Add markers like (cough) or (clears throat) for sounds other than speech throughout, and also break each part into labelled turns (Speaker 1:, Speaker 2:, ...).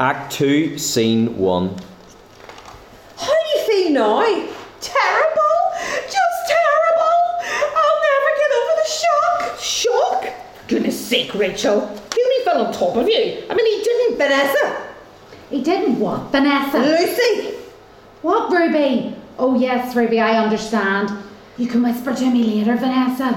Speaker 1: Act 2, Scene 1.
Speaker 2: Holy fee now! Terrible! Just terrible! I'll never get over the shock! Shock? Goodness sake, Rachel! Hughie fell on top of you. I mean, he didn't. Vanessa!
Speaker 3: He didn't what? Vanessa.
Speaker 2: Lucy!
Speaker 3: What, Ruby? Oh, yes, Ruby, I understand. You can whisper to me later, Vanessa.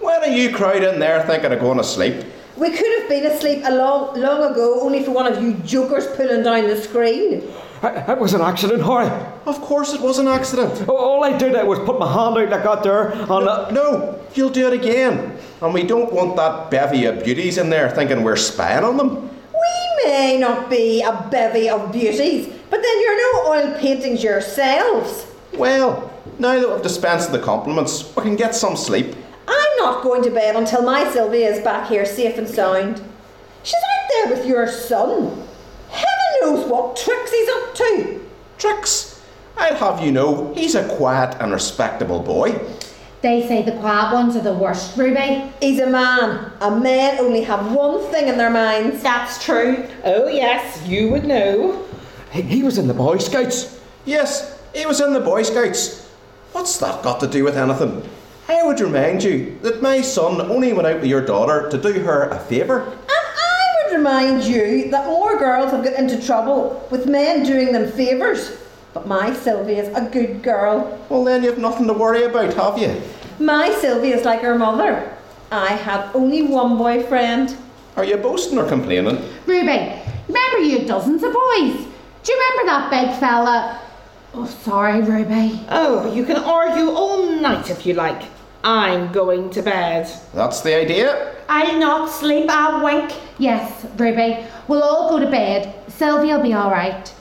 Speaker 4: What are you crowd in there thinking of going to sleep?
Speaker 2: We could have been asleep a long, long ago, only for one of you jokers pulling down the screen.
Speaker 1: It was an accident, Harry.
Speaker 4: Of course it was an accident.
Speaker 1: All I did was put my hand out like that there and. uh,
Speaker 4: No, you'll do it again. And we don't want that bevy of beauties in there thinking we're spying on them.
Speaker 2: We may not be a bevy of beauties, but then you're no oil paintings yourselves.
Speaker 4: Well, now that we've dispensed the compliments, we can get some sleep.
Speaker 2: I'm not going to bed until my Sylvia is back here safe and sound. She's out there with your son. Heaven knows what tricks he's up to.
Speaker 4: Tricks. I'd have you know, he's a quiet and respectable boy.
Speaker 3: They say the quiet ones are the worst, Ruby.
Speaker 2: He's a man, and men only have one thing in their minds.
Speaker 5: That's true. Oh, yes, you would know.
Speaker 1: He, he was in the Boy Scouts.
Speaker 4: Yes, he was in the Boy Scouts. What's that got to do with anything? I would remind you that my son only went out with your daughter to do her a favour.
Speaker 2: And I would remind you that more girls have got into trouble with men doing them favours. But my Sylvia's a good girl.
Speaker 4: Well, then you've nothing to worry about, have you?
Speaker 2: My Sylvia's like her mother. I had only one boyfriend.
Speaker 4: Are you boasting or complaining?
Speaker 3: Ruby, remember you dozens of boys. Do you remember that big fella? Oh, sorry, Ruby.
Speaker 5: Oh, you can argue all night if you like. I'm going to bed.
Speaker 4: That's the idea.
Speaker 5: I'll not sleep a wink.
Speaker 3: Yes, Ruby, we'll all go to bed. Sylvia'll be all right.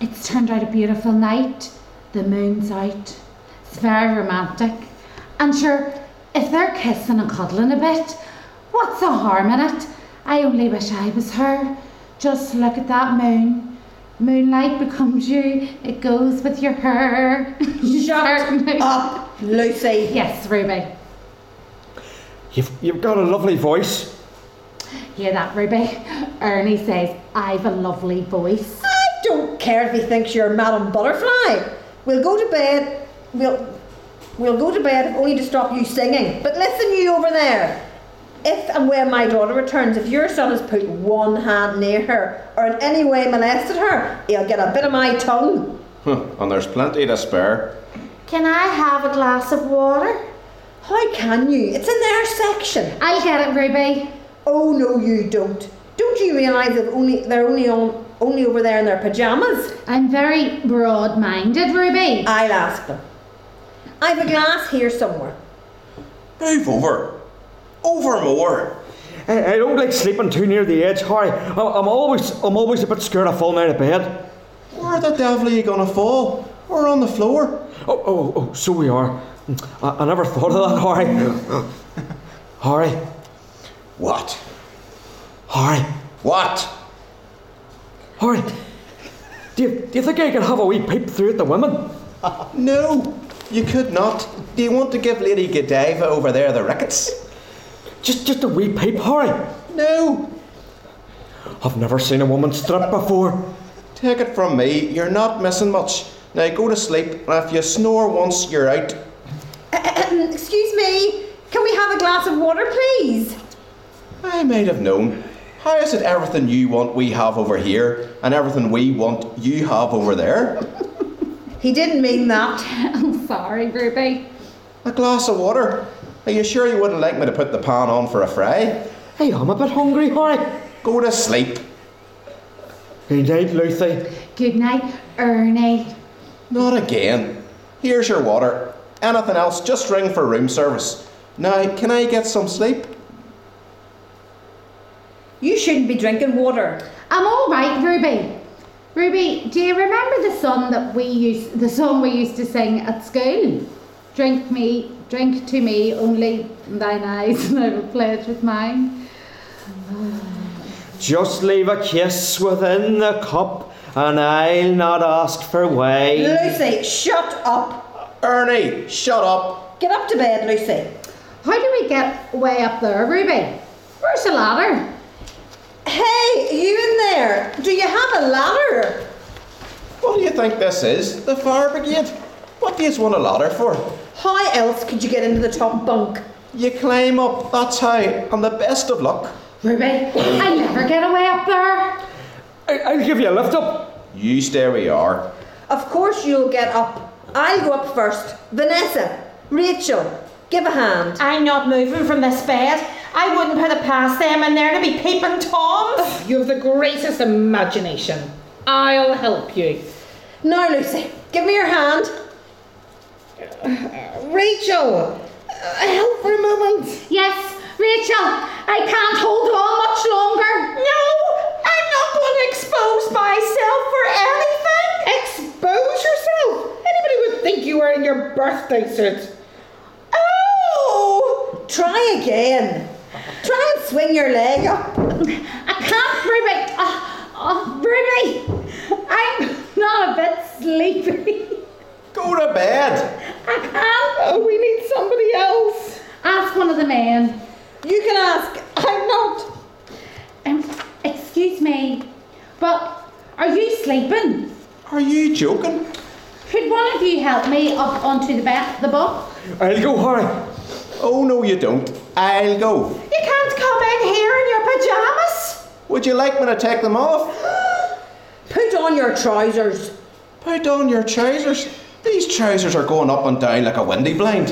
Speaker 3: It's turned out a beautiful night. The moon's out. It's very romantic. And sure, if they're kissing and cuddling a bit, what's the harm in it? I only wish I was her. Just look at that moon. Moonlight becomes you. It goes with your hair. (laughs) Shut
Speaker 2: Up, Lucy.
Speaker 3: Yes, Ruby.
Speaker 1: You've, you've got a lovely voice.
Speaker 3: Hear that, Ruby? Ernie says, I've a lovely voice.
Speaker 2: I don't care if he thinks you're Madame Butterfly. We'll go to bed. We'll we'll go to bed if only to stop you singing. But listen, you over there. If and when my daughter returns, if your son has put one hand near her or in any way molested her, he'll get a bit of my tongue.
Speaker 4: Huh, and there's plenty to spare.
Speaker 6: Can I have a glass of water?
Speaker 2: How can you? It's in their section.
Speaker 3: I'll get it, Ruby.
Speaker 2: Oh no, you don't. Don't you realise they've only they're only on only over there in their pajamas?
Speaker 3: I'm very broad minded, Ruby. (laughs)
Speaker 2: I'll ask them. I've a glass here somewhere. (clears throat)
Speaker 4: Move over. Over more.
Speaker 1: I, I don't like sleeping too near the edge, Harry. I, I'm always I'm always a bit scared of falling out of bed.
Speaker 4: Where the devil are you gonna fall? We're on the floor.
Speaker 1: Oh, oh, oh, so we are. I, I never thought of that, Harry. Harry,
Speaker 4: What?
Speaker 1: Harry,
Speaker 4: What?
Speaker 1: Harry. Do you, do you think I could have a wee peep through at the women?
Speaker 4: No, you could not. Do you want to give Lady Godiva over there the rickets?
Speaker 1: Just just a wee peep, Harry.
Speaker 4: No.
Speaker 1: I've never seen a woman strip before.
Speaker 4: Take it from me, you're not missing much. Now go to sleep, and if you snore once, you're out.
Speaker 2: Excuse me, can we have a glass of water, please?
Speaker 4: I might have known. How is it everything you want we have over here, and everything we want you have over there?
Speaker 2: He didn't mean that.
Speaker 3: I'm sorry, Ruby.
Speaker 4: A glass of water? Are you sure you wouldn't like me to put the pan on for a fry?
Speaker 1: Hey, I'm a bit hungry, Harry.
Speaker 4: Go to sleep.
Speaker 1: Good night, Lucy.
Speaker 3: Good night, Ernie.
Speaker 4: Not again. Here's your water. Anything else, just ring for room service. Now, can I get some sleep?
Speaker 2: You shouldn't be drinking water.
Speaker 3: I'm all right, Ruby. Ruby, do you remember the song that we used the song we used to sing at school? Drink me, drink to me, only thine eyes, (laughs) and I will pledge with mine.
Speaker 1: Just leave a kiss within the cup, and I'll not ask for way.
Speaker 2: Lucy, shut up.
Speaker 4: Ernie, shut up.
Speaker 2: Get up to bed, Lucy.
Speaker 3: How do we get way up there, Ruby? Where's the ladder?
Speaker 2: Hey, you in there? Do you have a
Speaker 4: think this is? The fire brigade? What do you want a ladder for?
Speaker 2: How else could you get into the top bunk?
Speaker 4: You climb up, that's how, and the best of luck.
Speaker 3: Ruby, I never get away up there.
Speaker 1: I, I'll give you a lift up.
Speaker 4: You stay where you are.
Speaker 2: Of course you'll get up. I'll go up first. Vanessa, Rachel, give a hand.
Speaker 6: I'm not moving from this bed. I wouldn't put it past them in there to be peeping toms.
Speaker 5: (sighs) You have the greatest imagination. I'll help you.
Speaker 2: Now, Lucy, give me your hand.
Speaker 5: Rachel, uh, help for a moment.
Speaker 3: Yes, Rachel, I can't hold on much longer.
Speaker 5: No, I'm not going to expose myself for anything. Expose yourself? Anybody would think you were in your birthday suit. Oh!
Speaker 2: Try again. Try and swing your leg up.
Speaker 3: I can't, Ruby. Oh, oh, Ruby, I'm not a bit sleepy.
Speaker 4: Go to bed.
Speaker 3: I can't.
Speaker 5: Oh, we need somebody else.
Speaker 3: Ask one of the men.
Speaker 2: You can ask. I'm not.
Speaker 3: Um, excuse me, but are you sleeping?
Speaker 4: Are you joking?
Speaker 3: Could one of you help me up onto the bed, the box?
Speaker 1: I'll go, Harry.
Speaker 4: Oh no, you don't. I'll go.
Speaker 6: You can't come in here in your pajamas.
Speaker 4: Would you like me to take them off?
Speaker 2: Put on your trousers.
Speaker 4: Put on your trousers. These trousers are going up and down like a windy blind.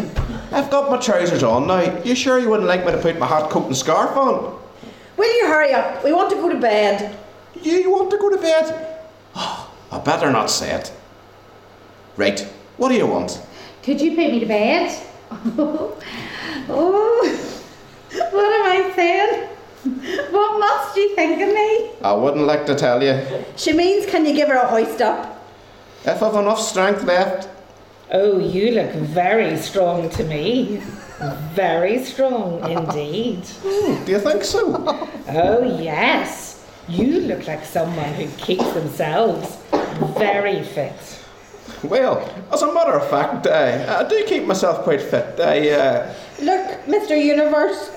Speaker 4: I've got my trousers on now. You sure you wouldn't like me to put my hat, coat, and scarf on?
Speaker 2: Will you hurry up? We want to go to bed.
Speaker 4: You want to go to bed? Oh, I better not say it. Right, what do you want?
Speaker 3: Could you put me to bed? (laughs) Oh, what am I saying? What must you think of me?
Speaker 4: I wouldn't like to tell you.
Speaker 2: She means, can you give her a hoist up?
Speaker 4: If I've enough strength left,
Speaker 5: Oh, you look very strong to me.
Speaker 6: (laughs)
Speaker 5: Very strong indeed.
Speaker 4: do you think so?
Speaker 5: Oh, yes. You look like someone who keeps themselves very fit.
Speaker 4: well, as a matter of fact, uh, I do keep myself quite fit. I, uh,
Speaker 2: Look, Mr. Universe.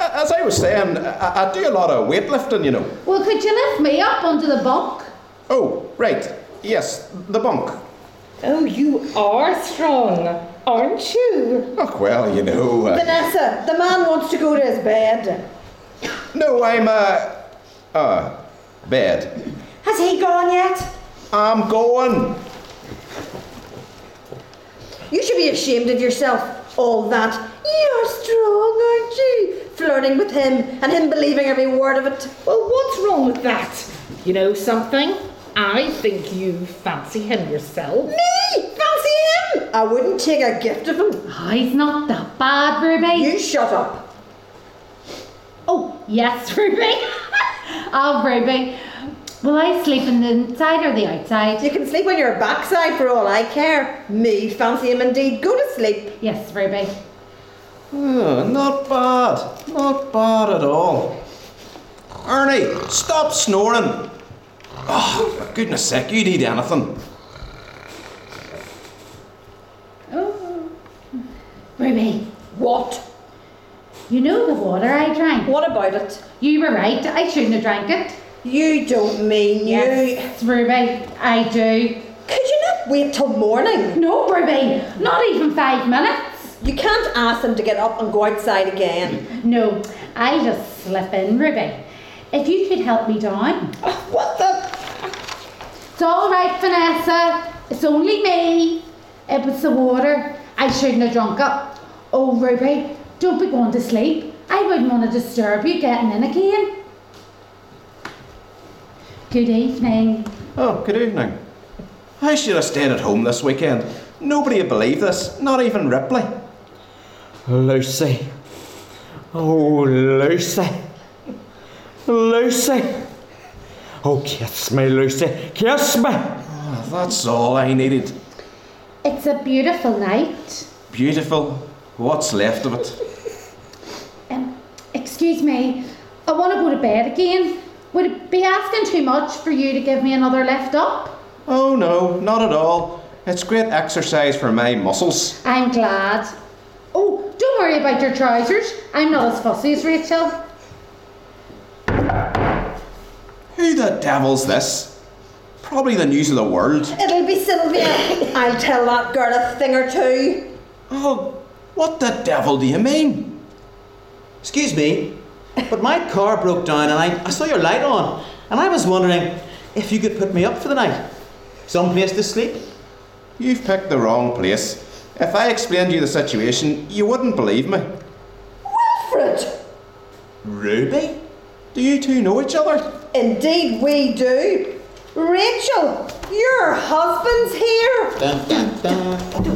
Speaker 4: as I was saying, I, I do a lot of weightlifting, you know.
Speaker 3: Well, could you lift me up onto the box?
Speaker 4: Oh, right. Yes, the bunk.
Speaker 5: Oh, you are strong, aren't you?
Speaker 4: Oh, well, you know. Uh,
Speaker 2: Vanessa, the man wants to go to his bed.
Speaker 4: no, I'm, uh, uh, bed.
Speaker 6: Has he gone yet?
Speaker 4: I'm going.
Speaker 2: You should be ashamed of yourself. All that. You're strong, aren't you? Flirting with him and him believing every word of it.
Speaker 5: Well, what's wrong with that? You know something? I think you fancy him yourself.
Speaker 2: Me? Fancy him? I wouldn't take a gift of him.
Speaker 3: Oh, he's not that bad, Ruby.
Speaker 2: You shut up.
Speaker 3: Oh, yes, (laughs) Ruby. oh, Ruby. Will I sleep in the inside or the outside?
Speaker 2: You can sleep on your backside for all I care. Me fancy him indeed. Go to sleep.
Speaker 3: Yes, Ruby.
Speaker 4: Hmm, not bad. Not bad at all. Ernie, stop snoring. Oh, for goodness sake, you'd eat anything.
Speaker 3: Oh. Ruby. What? You know the water I drank.
Speaker 2: What about it?
Speaker 3: You were right. I shouldn't have drank it.
Speaker 2: You don't mean you.
Speaker 3: Yes, Ruby. I do.
Speaker 2: Could you not wait till morning?
Speaker 3: No, Ruby. Not even five minutes.
Speaker 2: You can't ask them to get up and go outside again.
Speaker 3: No, I just slip in, Ruby. If you could help me down.
Speaker 5: Oh, What the?
Speaker 3: It's all right, Vanessa. It's only me. It was the water. I shouldn't have drunk it. Oh, Ruby, don't be going to sleep. I wouldn't want to disturb you getting in again. Good evening.
Speaker 4: Oh, good evening. I should have stayed at home this weekend. Nobody would believe this, not even Ripley.
Speaker 1: Lucy. Oh, Lucy. Lucy. Oh, kiss me, Lucy. Kiss me.
Speaker 4: Oh, that's all I needed.
Speaker 3: It's a beautiful night.
Speaker 4: Beautiful. What's left of it?
Speaker 3: Um, excuse me, I want to go to bed again. Would it be asking too much for you to give me another lift up?
Speaker 4: Oh no, not at all. It's great exercise for my muscles.
Speaker 3: I'm glad. Oh, don't worry about your trousers. I'm not as fussy as Rachel.
Speaker 4: Who the devil's this? probably the news of the world.
Speaker 2: It'll be Sylvia. I'll tell that girl a thing or two.
Speaker 4: Oh, what the devil do you mean?
Speaker 1: Excuse me, but my car broke down and I, I saw your light on, and I was wondering if you could put me up for the night. Someplace to sleep?
Speaker 4: You've picked the wrong place. If I explained to you the situation, you wouldn't believe me.
Speaker 2: Wilfred!
Speaker 4: Ruby? Do you two know each other?
Speaker 2: Indeed, we do. Rachel, your husband's here.
Speaker 1: Dun, dun, dun.